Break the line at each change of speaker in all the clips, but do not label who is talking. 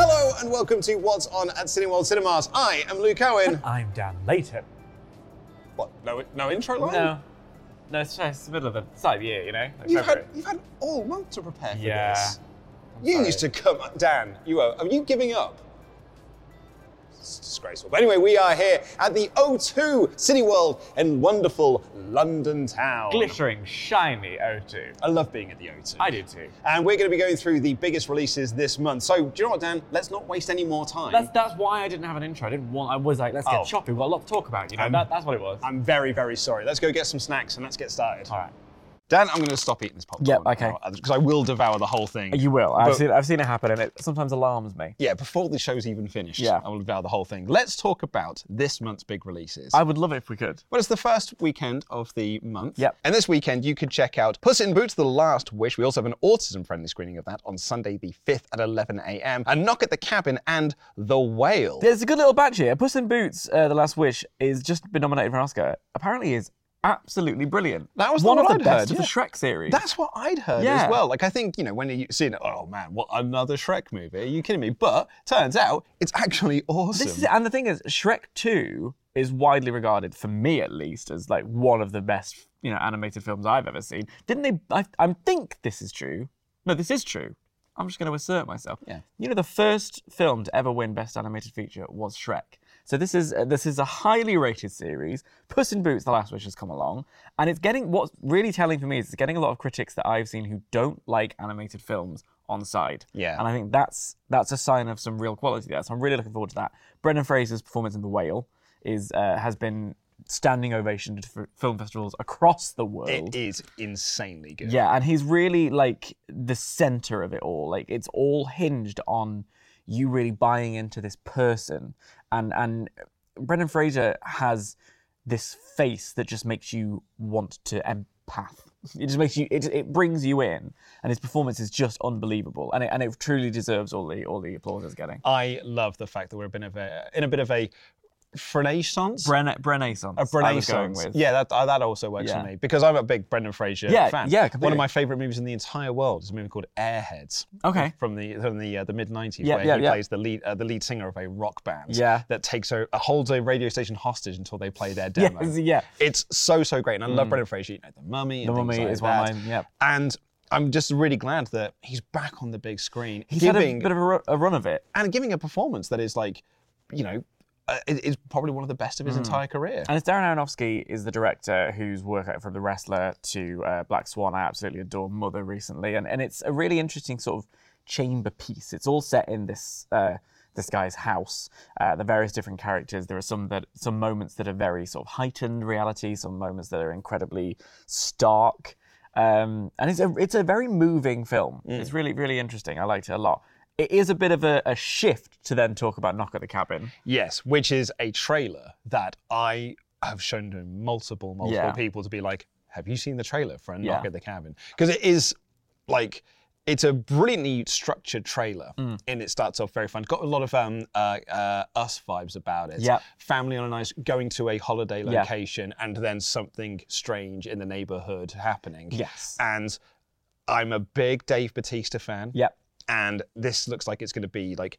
welcome to What's On at Cineworld Cinemas. I am Luke Owen.
I'm Dan Layton.
What? No, no intro line.
No. No, it's, it's the middle of the it's like year, you know? Like
You've had
February.
you've had all month to prepare for
Yeah.
this. You
sorry.
used to come, Dan. You are. Are you giving up? It's disgraceful. But anyway, we are here at the O2 Cineworld in wonderful London town.
Glittering, shiny O2.
I love being at the O2.
I do too.
And we're going to be going through the biggest releases this month. So, do you know what, Dan? Let's not waste any more time.
That's, that's why I didn't have an intro. I didn't want, I was like, let's
Oh.
get shopping. We've got a lot to talk about, you know?
Um,
that, that's what it was.
I'm very, very sorry. Let's go get some snacks and let's get started.
All right.
Dan, I'm going to stop eating this popcorn.
Yep, okay.
Because I will devour the whole thing.
You will. I've,
But-
seen, I've seen it happen and it sometimes alarms me.
Yeah, before the show's even finished,
Yeah.
I will devour the whole thing. Let's talk about this month's big releases.
I would love it if we could.
well, it's the first weekend of the month.
Yep.
And this weekend, you could check out Puss in Boots The Last Wish. We also have an autism friendly screening of that on Sunday, the 5th at 11 a.m. A Knock at the Cabin and The Whale.
There's a good little batch here. Puss in Boots, uh, The Last Wish, is just been nominated for an Oscar. Apparently is absolutely brilliant.
That was the
one
one
of the
I'd
best
heard,
of the
yeah.
Shrek series.
That's what I'd heard
Yeah.
as well. Like, I think, you know, when you see it, oh man, what another Shrek movie? Are you kidding me? But turns out it's actually awesome.
This is, and the thing is, Shrek 2 is widely regarded, for me at least, as like one of the best, you know, animated films I've ever seen. Didn't they? I, I think this is true. No, this is true. I'm just going to assert myself.
Yeah.
You know, the first film to ever win Best Animated Feature was Shrek. So this is uh, this is a highly rated series. Puss in Boots: The Last Wish has come along, and it's getting what's really telling for me is it's getting a lot of critics that I've seen who don't like animated films on side.
Yeah.
And I think that's that's a sign of some real quality there. So I'm really looking forward to that. Brendan Fraser's performance in The Whale is uh, has been standing ovation to f- film festivals across the world.
It is insanely good.
Yeah, and he's really like the center of it all. Like it's all hinged on you really buying into this person. And and Brendan Fraser has this face that just makes you want to empath. It just makes you it, it brings you in and his performance is just unbelievable and it, and it truly deserves all the all the applause it's getting.
I love the fact that we're a bit of a, in a bit of a renaissance.
Bren- Brennaissance.
a
I was going
renaissance.
with.
Yeah, that, uh, that also works
Yeah.
for me because I'm a big Brendan Fraser
Yeah,
fan.
yeah,
One
completely.
of my favorite movies in the entire world is a movie called Airheads.
Okay.
From the from the uh, the mid 90s
Yeah,
where
yeah,
he
yeah.
plays the lead uh, the lead singer of a rock band
Yeah.
that takes a holds a radio station hostage until they play their demo.
Yes, yeah.
It's so so great, and I love Brendan Fraser. You know, the Mummy. And
The
things
Mummy
like
is one of
that.
mine, yeah.
And I'm just really glad that he's back on the big screen,
He's
giving
had a bit of a, ru- a run of it.
and giving a performance that is like, you know, uh, is is probably one of the best of his entire career.
And it's Darren Aronofsky is the director whose work uh, from The Wrestler to uh, Black Swan I absolutely adore Mother recently, and and it's a really interesting sort of chamber piece. It's all set in this. Uh, this guy's house, uh, the various different characters. There are some that some moments that are very sort of heightened reality, some moments that are incredibly stark, um, and it's a it's a very moving film. It's really really interesting. I liked it a lot. It is a bit of a, a shift to then talk about Knock at the Cabin.
Yes, which is a trailer that I have shown to multiple, multiple
Yeah.
people to be like, have you seen the trailer for A Knock
Yeah.
at the Cabin? Because it is like, it's a brilliantly structured trailer and it starts off very fun. Got a lot of um, uh, uh, us vibes about it.
Yep.
Family on a nice, going to a holiday
Yeah.
location and then something strange in the neighborhood happening.
Yes.
And I'm a big Dave Batista fan
Yep.
and this looks like it's going to be like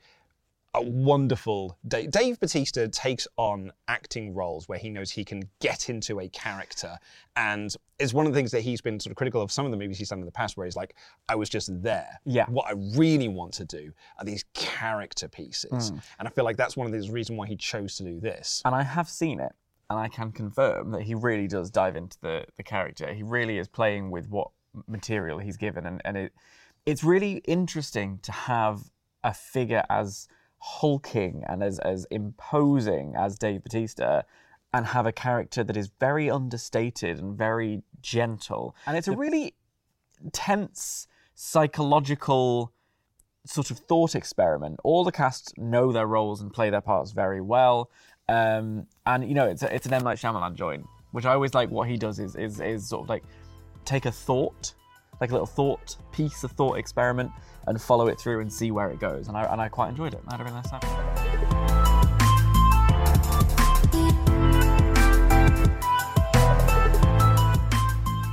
a wonderful day. Dave Batista takes on acting roles where he knows he can get into a character, and it's one of the things that he's been sort of critical of some of the movies he's done in the past, where he's like, "I was just there.
Yeah.
What I really want to do are these character pieces," and I feel like that's one of the reasons why he chose to do this.
and I have seen it, and I can confirm that he really does dive into the the character. He really is playing with what material he's given, and and it it's really interesting to have a figure as hulking and as as imposing as Dave Batista. And have a character that is very understated and very gentle. And it's a really tense psychological sort of thought experiment. All the cast know their roles and play their parts very well. Um, and you know, it's a, it's an M Night Shyamalan joint, which I always like. What he does is is is sort of like take a thought, like a little thought piece, a thought experiment, and follow it through and see where it goes. And I and I quite enjoyed it. I had a really nice time.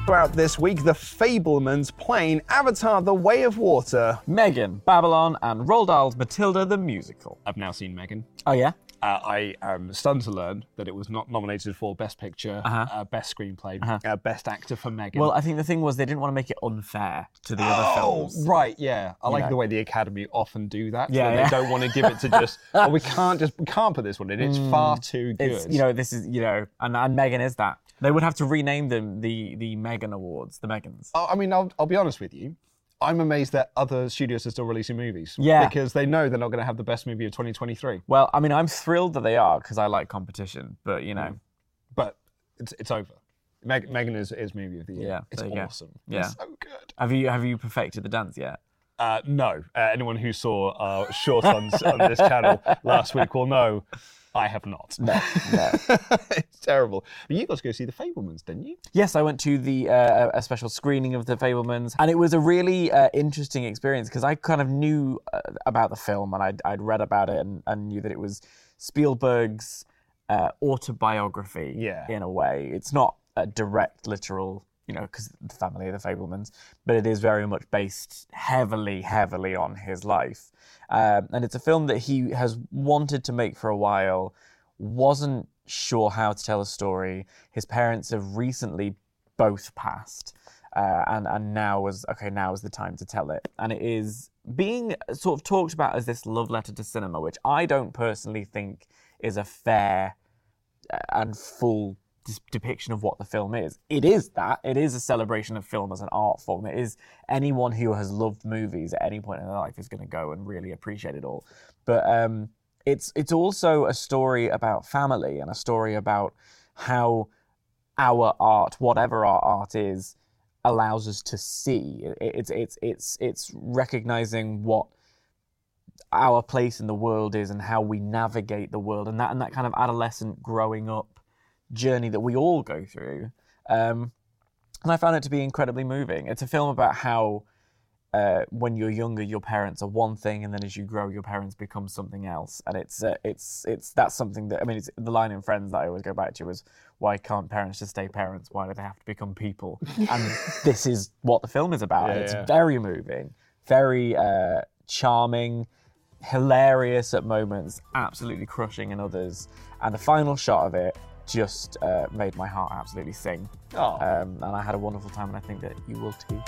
Throughout this week, The Fableman's Plane, Avatar The Way of Water.
Megan, Babylon, and Roald Dahl's Matilda the Musical.
I've now seen Megan.
Oh, yeah?
Uh, I am stunned to learn that it was not nominated for Best Picture, uh Best Screenplay, uh Best Actor for Megan.
Well, I think the thing was they didn't want to make it unfair to the other
Oh,
films.
right, yeah. I like
know.
the way the Academy often do that.
Yeah,
Yeah,
yeah.
They don't want to give it to just. oh, we can't just we can't put this one in. It's far too good.
It's, you know, this is, you know, and, and Megan is that. They would have to rename them the, the Megan Awards, the Megans.
I I mean, I'll, I'll be honest with you. I'm amazed that other studios are still releasing movies.
Yeah.
Because they know they're not going to have the best movie of 2023.
Well, I mean, I'm thrilled that they are because I like competition, but, you
Mm.
know,
But it's, it's over. Meg- Megan is, is movie of the year.
Yeah,
it's
there you go.
awesome.
Yeah.
It's so good.
have you have you perfected the dance yet?
Uh, no, uh, anyone who saw our short on, on this channel last week will know I have not. No,
no.
it's terrible. But you got to go see The Fablemans, didn't you?
Yes, I went to the uh, a special screening of The Fablemans, and it was a really uh, interesting experience because I kind of knew uh, about the film and I'd, I'd read about it and, and knew that it was Spielberg's uh, autobiography.
Yeah.
in a way, it's not a direct literal, you know, because the family of the Fablemans, but it is very much based heavily, heavily on his life, um, and it's a film that he has wanted to make for a while wasn't sure how to tell a story. His parents have recently both passed, uh, and and now was okay. Now is the time to tell it, and it is being sort of talked about as this love letter to cinema, which I don't personally think is a fair uh, and full dis- depiction of what the film is. It is that. It is a celebration of film as an art form. It is anyone who has loved movies at any point in their life is going to go and really appreciate it all. But um, it's it's also a story about family and a story about how our art, whatever our art is, allows us to see. It- It's it's it's it's recognizing what our place in the world is and how we navigate the world and that and that kind of adolescent growing up journey that we all go through. Um, and I found it to be incredibly moving. It's a film about how uh, when you're younger, your parents are one thing, and then as you grow, your parents become something else. And it's uh, it's it's that's something that I mean, it's the line in Friends that I always go back to is why can't parents just stay parents? Why do they have to become people? and this is what the film is about. and
Yeah,
it's
yeah.
very moving, very uh, charming, hilarious at moments, absolutely crushing in others. And the final shot of it just uh, made my heart absolutely sing.
Oh.
Um, and I had a wonderful time, and I think that you will too.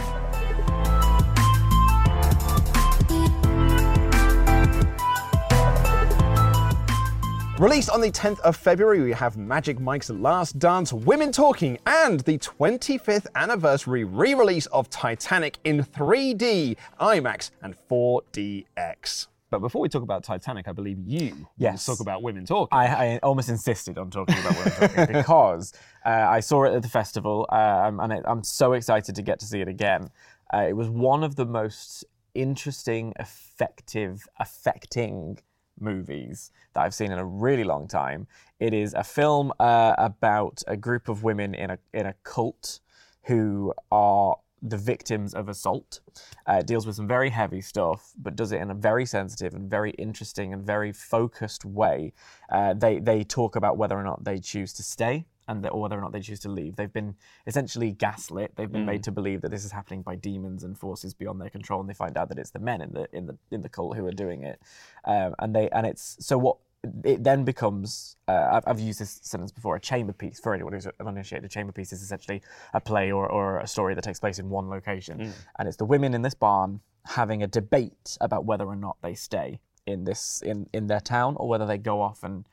Released on the 10th of February, we have Magic Mike's Last Dance, Women Talking, and the 25th anniversary re release of Titanic in 3D, IMAX, and 4DX. But before we talk about Titanic, I believe you
Yes.
talk about Women Talking.
I, I almost insisted on talking about Women Talking because uh, I saw it at the festival um, and it, I'm so excited to get to see it again. Uh, it was one of the most interesting, effective, affecting movies that I've seen in a really long time. It is a film uh, about a group of women in a, in a cult who are the victims of assault. Uh, it deals with some very heavy stuff, but does it in a very sensitive and very interesting and very focused way. Uh, they they talk about whether or not they choose to stay and that, or whether or not they choose to leave. They've been essentially gaslit. They've been made to believe that this is happening by demons and forces beyond their control, and they find out that it's the men in the in the in the cult who are doing it. Um, and they and it's so what it then becomes uh, I've, I've used this sentence before a chamber piece for anyone who's uninitiated a chamber piece is essentially a play or, or a story that takes place in one location and it's the women in this barn having a debate about whether or not they stay in this in, in their town or whether they go off and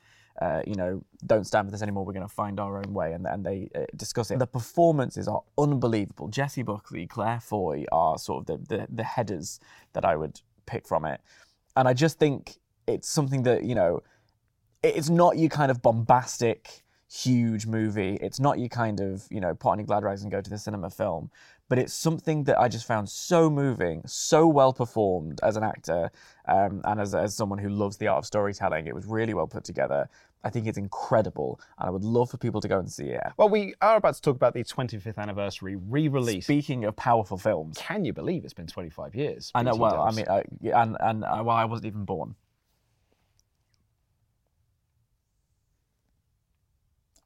uh, you know don't stand for this anymore we're going to find our own way and, and they uh, discuss it the performances are unbelievable jesse buckley claire foy are sort of the, the, the headers that i would pick from it and i just think it's something that you know it- it's not your kind of bombastic huge movie it's not your kind of you know pot on your glad rags and go to the cinema film but it's something that i just found so moving so well performed as an actor um, and as, as someone who loves the art of storytelling it was really well put together i think it's incredible and i would love for people to go and see it
well, we are about to talk about the 25th anniversary re release.
speaking of powerful films
Can you believe it's been 25 years?
i know
BT
well i
Dubs?
mean I, and, and uh, well i wasn't even born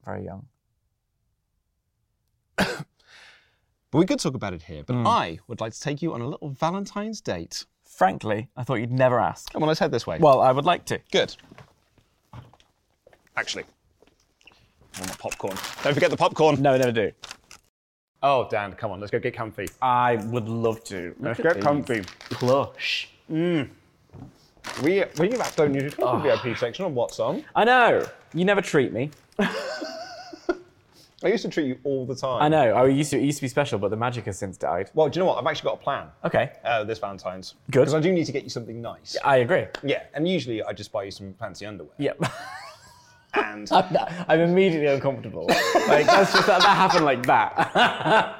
very young
But we could talk about it here. But I would like to take you on a little Valentine's date.
Frankly, I thought you'd never ask.
Come on, let's head this way.
Well, I would like to.
Good. Actually, I want my popcorn. Don't forget the popcorn.
No, I never do.
Oh, Dan, come on, let's go get comfy.
I would love to. Let's get comfy. Plush.
We we about don't usually talk in VIP section on what's on.
I know. You never treat me.
I used to treat you all the time.
I know. I used to. It used to be special, but the magic has since died.
Well, do you know what? I've actually got a plan
Okay.
uh, this Valentine's.
Good.
Because I do need to get you something nice.
I agree.
Yeah, and usually I just buy you some fancy underwear.
Yep.
And
I'm, I'm immediately uncomfortable. like that's just that, that happened like that.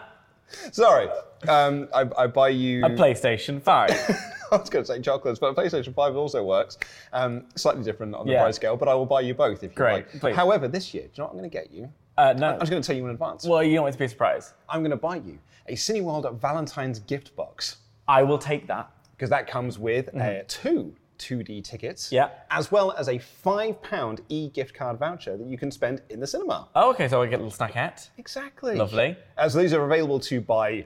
sorry, um, I, I buy you.
A PlayStation Five.
I was going to say chocolates, but PlayStation 5 also works. Um, slightly different on the
Yeah.
price scale, but I will buy you both if you
Great,
like.
please.
However, this year, do you know what I'm going to get you?
Uh,
I
no.
was going to tell you in advance.
Well, you don't want it to be a surprise.
I'm going to buy you a Cineworld Valentine's gift box
I will take that.
because that comes with uh, two 2D tickets,
Mm-hmm. Yeah.
as well as a £5 e gift card voucher that you can spend in the cinema.
Oh, okay. So I get a little snackette.
Exactly.
Lovely.
Uh, so these are available to buy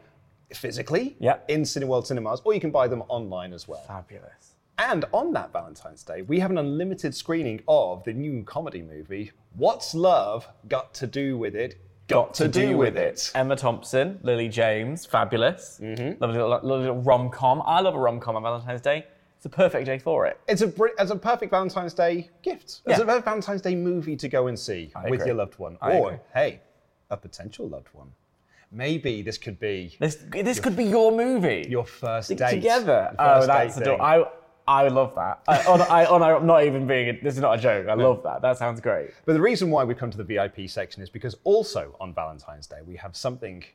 physically
Yeah.
in Cineworld cinemas, or you can buy them online as well.
Fabulous.
And on that Valentine's Day, we have an unlimited screening of the new comedy movie, What's Love Got to Do with It? Got, to, Do, with It.
Emma Thompson, Lily James, fabulous.
Mm-hmm.
Lovely little, lovely little rom com. I love a rom com on Valentine's Day. It's a perfect day for it.
It's a, br- it's a perfect Valentine's Day gift. It's
Yeah.
a perfect Valentine's Day movie to go and see with
agree.
your loved one.
I
or,
agree.
hey, a potential loved one. Maybe this could be
This this could be your movie.
your first
Stick
date.
together.
Your first
oh, that's
date
adorable.
thing.
I I love that. I, on, I, on, I'm not even being. This is not a joke. I love that. That sounds great.
But the reason why we come to the VIP section is because also on Valentine's Day, we have something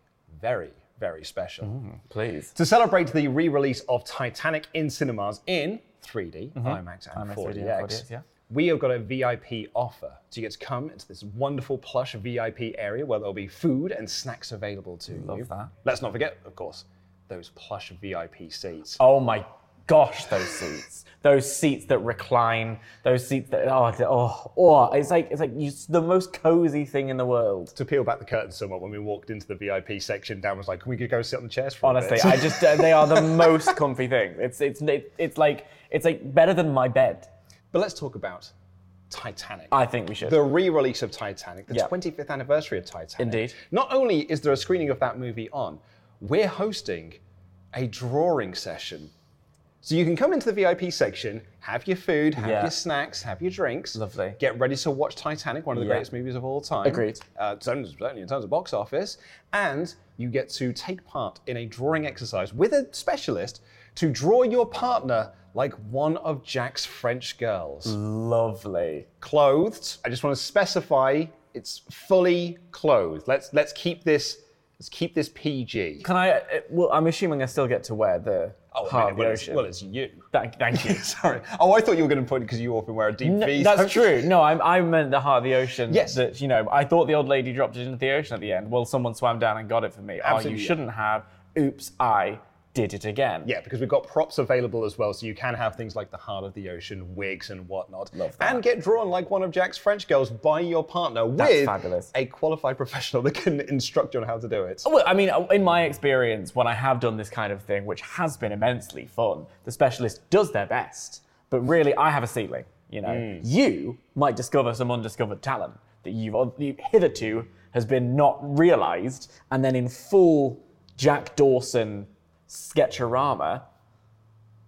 very, very special.
Mm. Please.
To celebrate the re release of Titanic in cinemas in 3D,
Mm-hmm.
IMAX, and
3D
4DX,
and 4DX, yeah.
we have got a VIP offer. So you get to come into this wonderful, plush VIP area where there'll be food and snacks available to you.
that.
Let's not forget, of course, those plush VIP seats.
Oh my gosh, those seats. Those seats that recline. Those seats that oh oh oh. It's like it's like you, the most cozy thing in the world.
To peel back the curtain somewhat, when we walked into the VIP section, Dan was like, "Can we go sit on the chairs for
Honestly,
a bit?"
I just uh, they are the most comfy thing. It's it's it's like it's like better than my bed.
But let's talk about Titanic.
I think we should.
the re-release of Titanic, the
Yeah.
25th anniversary of Titanic.
Indeed.
Not only is there a screening of that movie on, we're hosting a drawing session. So you can come into the VIP section, have your food, have
Yeah.
your snacks, have your drinks.
Lovely.
Get ready to watch Titanic, one of the
Yeah.
greatest movies of all time.
Agreed.
Uh, certainly certainly in terms of box office. And you get to take part in a drawing exercise with a specialist to draw your partner like one of Jack's French girls
Lovely.
clothed. I just want to specify it's fully clothed. Let's let's keep this let's keep this PG.
Can I? uh, Well, I'm assuming I still get to wear the
Oh, I
heart
mean,
of the
well, it's,
ocean.
well, it's you.
thank, thank you.
Sorry. Oh, I thought you were going to point because you often wear a deep
No,
V.
that's true. No, I, I meant the heart of the ocean.
Yes.
That you know, I thought the old lady dropped it into the ocean at the end. Well, someone swam down and got it for me.
Absolutely,
oh, you
yeah.
shouldn't have. Oops, I did it again.
Yeah, because we've got props available as well, so you can have things like the heart of the ocean, wigs, and whatnot,
Love that.
and get drawn like one of Jack's French girls by your partner
That's
with
fabulous.
a qualified professional that can instruct you on how to do it.
Well, I mean, in my experience, when I have done this kind of thing, which has been immensely fun, the specialist does their best. But really, I have a ceiling. You know,
Mm.
you might discover some undiscovered talent that you've uh, you- hitherto has been not realised, and then in full Jack Dawson sketchorama,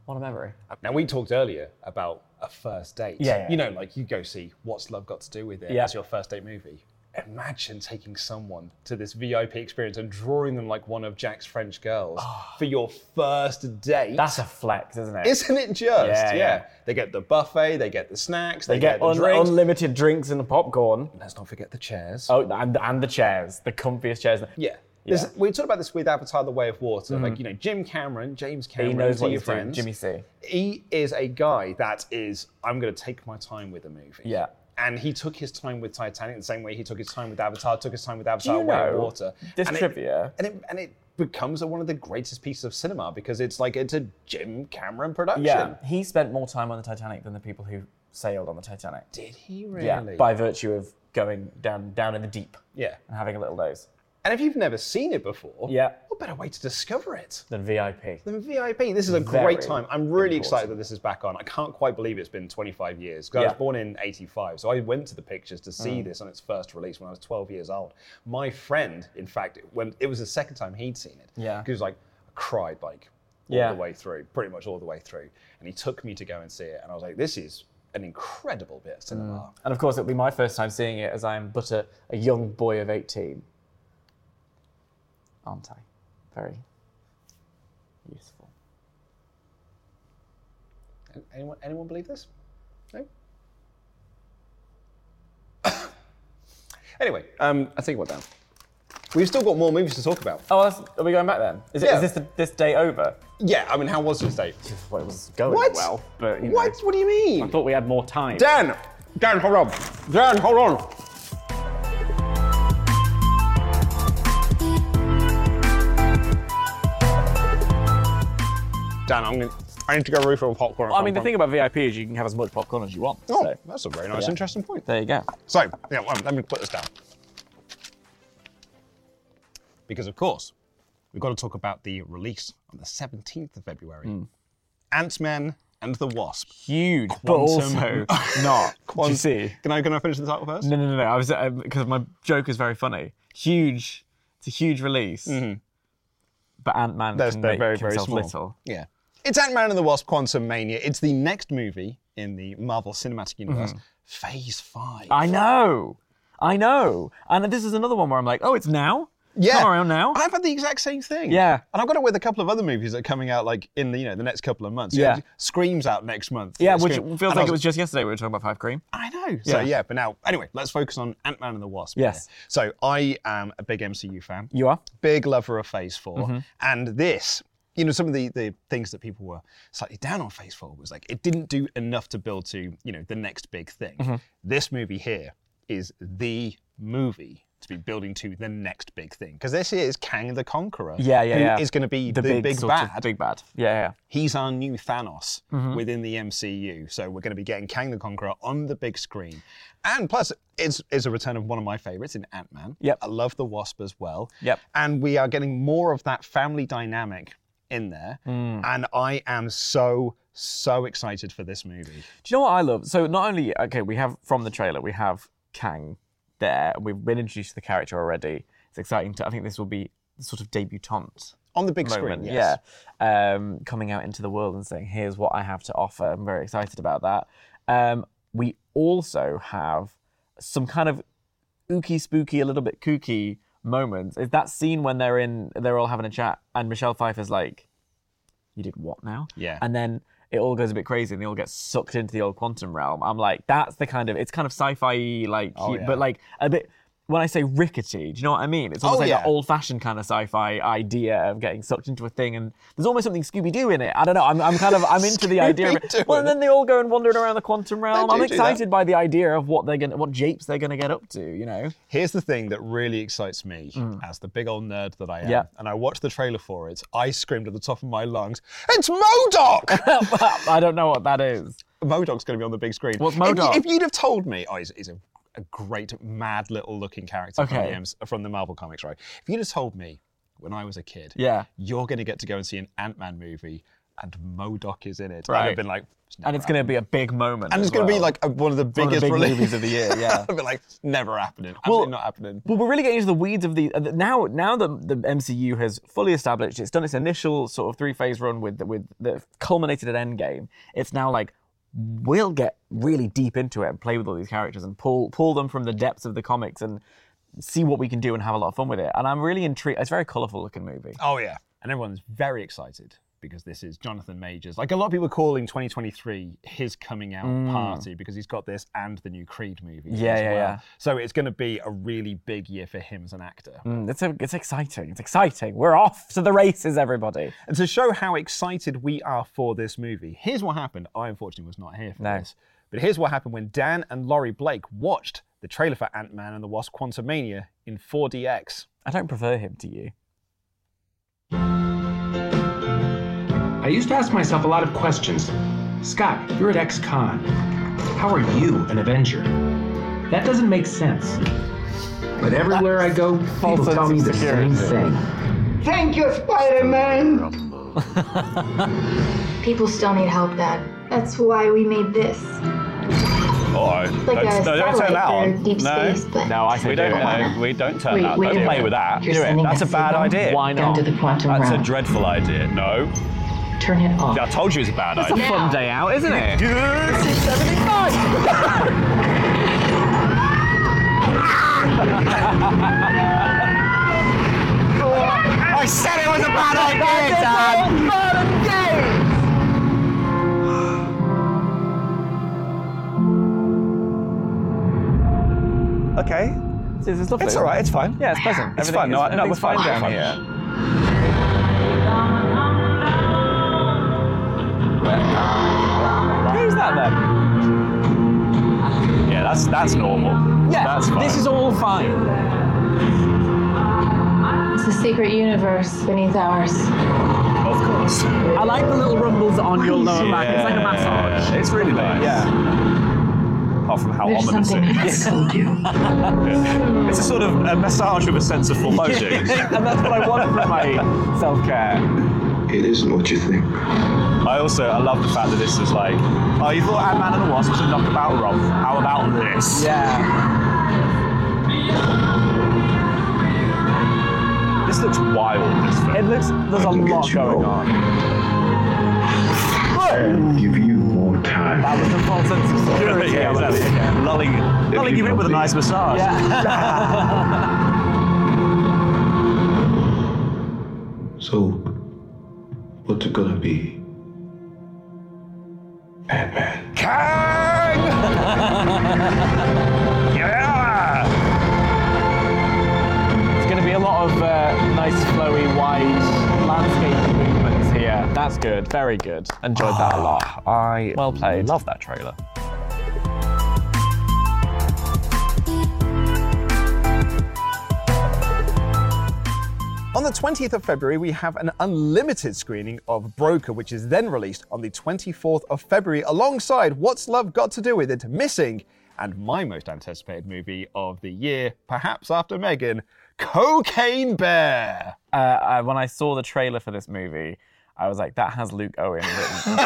what a memory!
Now we talked earlier about a first date.
Yeah, yeah.
You know, like you go see What's Love Got to Do with It
Yeah.
as your first date movie. Imagine taking someone to this VIP experience and drawing them like one of Jack's French girls for your first date.
Ah. That's a flex, isn't it?
isn't it just? Yeah,
Yeah, yeah.
They get the buffet, they get the snacks, they,
you get
the
un-
drinks.
unlimited drinks and popcorn.
Let's not forget the chairs.
Oh, and, and the chairs, the comfiest chairs.
Yeah. There's- We talked about this with Avatar: The Way of Water. Like you know, Jim Cameron, James Cameron,
Mm. He knows
to
what
your
he's doing,
friends.
Jimmy C.
he is a guy that is I'm going to take my time with a movie.
Yeah.
And he took his time with Titanic the same way he took his time with Avatar, took his time with Avatar
you
Way of
know
Water.
this
and It,
trivia?
and it and it becomes one of the greatest pieces of cinema because it's like it's a Jim Cameron production.
Yeah, he spent more time on the Titanic than the people who sailed on the Titanic.
Did he really?
Yeah, by virtue of going down down in the deep
Yeah.
and having a little nose.
And if you've never seen it before,
Yeah.
what better way to discover it
Than VIP.
than VIP? This is a
Very
great time. I'm really excited that this is back on. I can't quite believe it's been 25 years. 'cause I was
Yeah. Mm.
born in 85, so I went to the pictures to see this on its first release when I was 12 years old. My friend, in fact, when it was the second time he'd seen it,
Yeah.
he was like, I cried like all
Yeah.
the way through, pretty much all the way through. And he took me to go and see it, and I was like, this is an incredible bit of cinema.
And of course, it'll be my first time seeing it as I am but a, a young boy of 18. Aren't I? Very useful.
Anyone, anyone believe this? No. anyway, um, I think we're done. We've still got more movies to talk about.
Oh, that's, are we going back then? Is, it, is
Yeah.
this the, this day over?
Yeah, I mean, how was this day?
Well, it was going
What?
well, but you know,
What? What do you mean?
I thought we had more time.
Dan, Dan, hold on. Dan, hold on. Dan, I'm gonna. I need to go refill popcorn.
I mean, the thing about VIP is you can have as much popcorn as you want.
Oh,
so
that's a very nice,
Yeah.
interesting point.
there you go.
So, yeah, well, let me put this down. Because, of course, we've got to talk about the release on the 17th of February
Hmm.
Ant Man and the Wasp.
Huge,
Quantum-
but also not. Do you
Quant-
see?
Can I, can I finish the title first?
No, no, no, no. I was because my joke is very funny. Huge. It's a huge release. But Ant Man
Mm-hmm. That's-
can
they're
make
very, very
himself
small.
little.
Yeah. It's Ant Man and the Wasp Quantum Mania. It's the next movie in the Marvel Cinematic Universe, Phase 5.
Mm-hmm. I know. I know. And this is another one where I'm like, oh, it's now.
Yeah.
Come around now.
I've had the exact same thing.
Yeah.
And I've got it with a couple of other movies that are coming out like in the you know the next couple of months. You
Yeah.
know, Screams out next month.
yeah, which
Scream.
feels
And I
like it was just yesterday we were talking about Five Cream.
I know. So
Yeah.
yeah, but now anyway, let's focus on Ant Man and the Wasp.
Yes.
So I am a big MCU fan,
You are.
big lover of Phase 4
Mm-hmm.
and this. You know, some of the, the things that people were slightly down on Phase 4 was like, it didn't do enough to build to, you know, the next big thing.
Mm-hmm.
This movie here is the movie to be building to the next big thing. Because this is Kang the Conqueror.
Yeah, yeah,
who
yeah.
is going to be the, big,
sort of
bad
big bad. Yeah,
he's our new Thanos
Mm-hmm.
within the MCU. So we're going to be getting Kang the Conqueror on the big screen. And plus, it's, it's a return of one of my favorites in Ant Man.
Yep.
I love the Wasp as well.
Yep.
And we are getting more of that family dynamic in there.
Mm.
And I am so, so excited for this movie.
Do you know what I love? So not only okay, we have from the trailer we have Kang there, and we've been introduced to the character already. It's exciting to. I think this will be the sort of debutante
On the big
moment.
screen, yes.
Yeah, um, coming out into the world and saying, "Here's what I have to offer." I'm very excited about that. Um, we also have some kind of ooky spooky, a little bit kooky moments. Is that scene when they're in, they're all having a chat, and Michelle Pfeiffer's like, "You did what now?"
Yeah.
and then it all goes a bit crazy, and they all get sucked into the old quantum realm. I'm like, that's the kind of it's kind of sci-fi like,
Oh, yeah.
but like a bit. When I say rickety, do you know what I mean? It's almost
Oh,
like
yeah.
an old-fashioned kind of sci-fi idea of getting sucked into a thing, and there's almost something Scooby-Doo in it. I don't know. I'm, I'm kind of I'm into the idea. Of
Scooby-Doo
it. Well,
in
and then they all go and wandering around the quantum realm.
do
I'm
do that.
excited by the idea of what they're gonna, what japes they're gonna get up to. You know?
Here's the thing that really excites me
Mm.
as the big old nerd that I am.
Yeah.
And I watched the trailer for it. I screamed at the top of my lungs, It's Modoc!
I don't know what that is.
Modoc's going to be on the big screen.
What's
If you-
Modoc?
If, you'd have told me, oh, he's, he's a, a great, mad little looking character from,
Okay.
the, Ms- from the Marvel comics, right? If you'd have told me when I was a kid,
Yeah.
you're going to get to go and see an Ant Man movie and Modoc is in it, I'd have
Right.
been like,
And it's gonna be a big moment.
and
as
it's going to be
well.
like a, one of the
one of
biggest
the big
release-
movies of the year. Yeah.
I'd be like, never happening. Absolutely not happening.
Well, we're really getting into the weeds of the uh, the- now. Now that the MCU has fully established, it's done its initial sort of three phase run with with that culminated at Endgame. It's now like we'll get really deep into it and play with all these characters and pull pull them from the depths of the comics and see what we can do and have a lot of fun with it. And I'm really intrigued. It's a very colourful looking movie.
Oh yeah, and everyone's very excited because this is Jonathan Majors. Like a lot of people are calling 2023 his coming out party because he's got this and the new Creed movie.
Mm. Yeah,
as
yeah,
well.
yeah.
So it's going to be a really big year for him as an actor.
Mm, it's a, it's exciting. It's exciting. We're off to the races, everybody.
And to show how excited we are for this movie, here's what happened. I unfortunately was not here for
No.
this, but here's what happened when Dan and Laurie Blake watched the trailer for Ant Man and the Wasp: Quantumania in 4DX.
I don't prefer him to you.
I used to ask myself a lot of questions. Scott, you're at ex con. How are you an Avenger? That doesn't make sense. But everywhere I go, people
sense
tell me
of
the
security.
same thing.
Thank you, Spider Man!
People still need help, Dad.
That's why we made this.
Oh,
Like
don't,
a
no, don't turn
satellite
that
for
on.
deep
no,
space, but
No, I think
we don't.
do it.
No, we don't turn
Wait,
that.
wait a
don't play
minute.
with that.
You're
Do it.
sending
That's a
a
bad
signal?
idea.
Why
Down
not?
to the quantum
That's a
realm.
dreadful idea. No,
Turn it off.
I told you it's a bad
It's a
idea.
fun day out, isn't it?
I said it was a bad idea, Dad. Okay,
It's, it's lovely.
it's all right. It's fine.
Yeah, it's pleasant.
It's
Everything-
fun. No, I- no, we're
everything's
fine.
fine down
We're
here. Who's that then?
Yeah, that's that's normal.
Yeah,
that's fine.
this is all fine.
It's a secret universe beneath ours.
of course.
I like the little rumbles on your lower
Yeah.
back. It's like a massage.
It's really nice.
Yeah.
Apart from how
There's
ominous
something
it
I
is.
told you.
It's a sort of a massage with a sense of full motion.
and that's what I want from my self care.
It isn't what you think.
I also I love the fact that this is like, oh, you thought Ant Man and the Wasp was a knockabout romp. How about this?
Yeah.
This looks wild. This film.
It looks, there's a
I think
lot
it's you.
going on.
Give you more time.
That was the false sense of security.
yeah,
I was looking
exactly.
at.
Lulling, lulling you in with a nice massage.
Yeah.
So, what's it gonna be? Batman.
Kang! yeah!
It's going to be a lot of uh, nice, flowy, wide landscape movements here. That's good. Very good. Enjoyed that
Ah,
a lot.
I
Well played.
love that trailer.
On the 20th of February, we have an unlimited screening of Broker, which is then released on the 24th of February alongside What's Love Got to Do with It? Missing, and my most anticipated movie of the year, perhaps after Megan, Cocaine Bear.
Uh, I, when I saw the trailer for this movie, I was like, that has Luke Owen written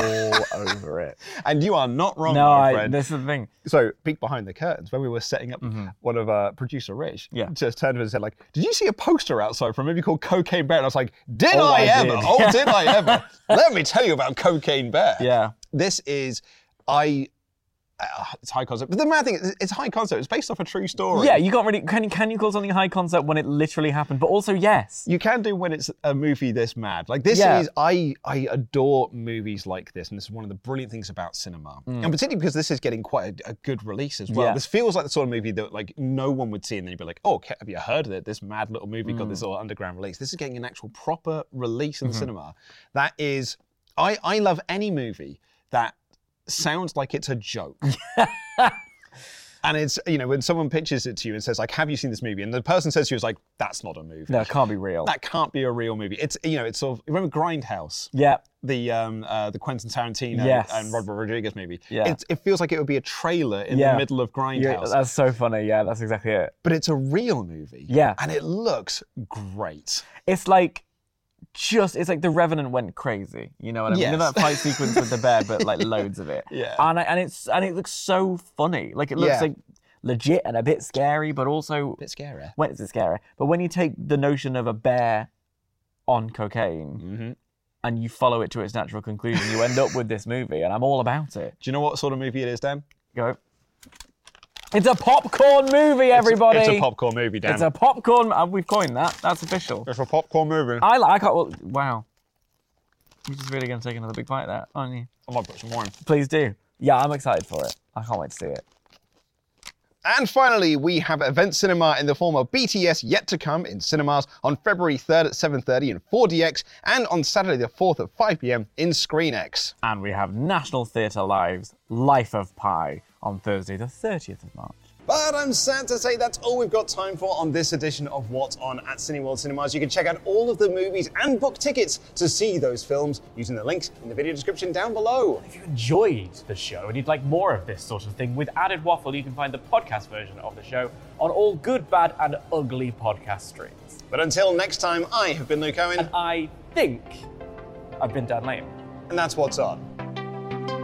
all over it.
And you are not wrong,
No,
my
I,
friend.
this is the thing.
so peek behind the curtains when we were setting up one of uh, producer Rich
Yeah.
just turned to us and said like did you see a poster outside for a movie called Cocaine Bear and I was like did
Oh,
I,
I
ever
did.
oh did I ever let me tell you about Cocaine Bear
Yeah.
this is I uh, it's high concept but the mad thing is it's high concept it's based off a true story
Yeah, you can't really. Can, can you call something high concept when it literally happened? But also, yes.
you can do when it's a movie this mad. Like this
Yeah.
is I I adore movies like this, and this is one of the brilliant things about cinema, and particularly because this is getting quite a, a good release as well.
Mm. Yeah.
This feels like the sort of movie that like no one would see, and then you'd be like, oh, ca- have you heard of it? This mad little movie
Mm.
got this little underground release. This is getting an actual proper release in
Mm-hmm.
the cinema. That is, I I love any movie that sounds like it's a joke. And it's, you know, when someone pitches it to you and says, like, have you seen this movie? And the person says to you, is like, that's not a movie
No, it can't be real.
that can't be a real movie. It's you know, it's sort of remember Grindhouse,
yeah.
the um uh, the Quentin Tarantino
Yes.
and Robert Rodriguez movie.
Yeah.
It's, it feels like it would be a trailer in
Yeah.
the middle of
You're- uh,
Grindhouse,
that's so funny. Yeah, that's exactly it.
but it's a real movie.
Yeah.
and it looks great.
It's like just it's like the Revenant went crazy. You know what I mean? You know
Yes.
that fight sequence with the bear, but like loads of it.
Yeah.
And I, and it's and it looks so funny. Like it looks
Yeah.
like legit and a bit scary, but also
bit scary.
when is it scary? But when you take the notion of a bear on cocaine
Mhm.
and you follow it to its natural conclusion, you end up with this movie, and I'm all about it.
Do you know what sort of movie it is, Dan?
Go. It's a popcorn movie, everybody.
it's a popcorn movie, Dan.
It's a popcorn. uh, we've coined that. That's official.
It's a popcorn movie.
I like. I can't. Well, wow. You're just really gonna take another big bite of that, aren't you?
I might put some more in.
Please do. Yeah, I'm excited for it. I can't wait to see it.
And finally, we have event cinema in the form of BTS Yet to Come in cinemas on February 3rd at 7.30 in 4DX and on Saturday the 4th at 5pm in ScreenX.
And we have National Theatre Live's Life of Pi on Thursday, the 30th of March.
But I'm sad to say that's all we've got time for on this edition of What's On at Cineworld Cinemas. You can check out all of the movies and book tickets to see those films using the links in the video description down below.
If you enjoyed the show and you'd like more of this sort of thing, with Added Waffle, you can find the podcast version of the show on all good, bad, and ugly podcast streams.
But until next time, I have been Luke Owen,
I think I've been Dan Lane.
and that's What's On.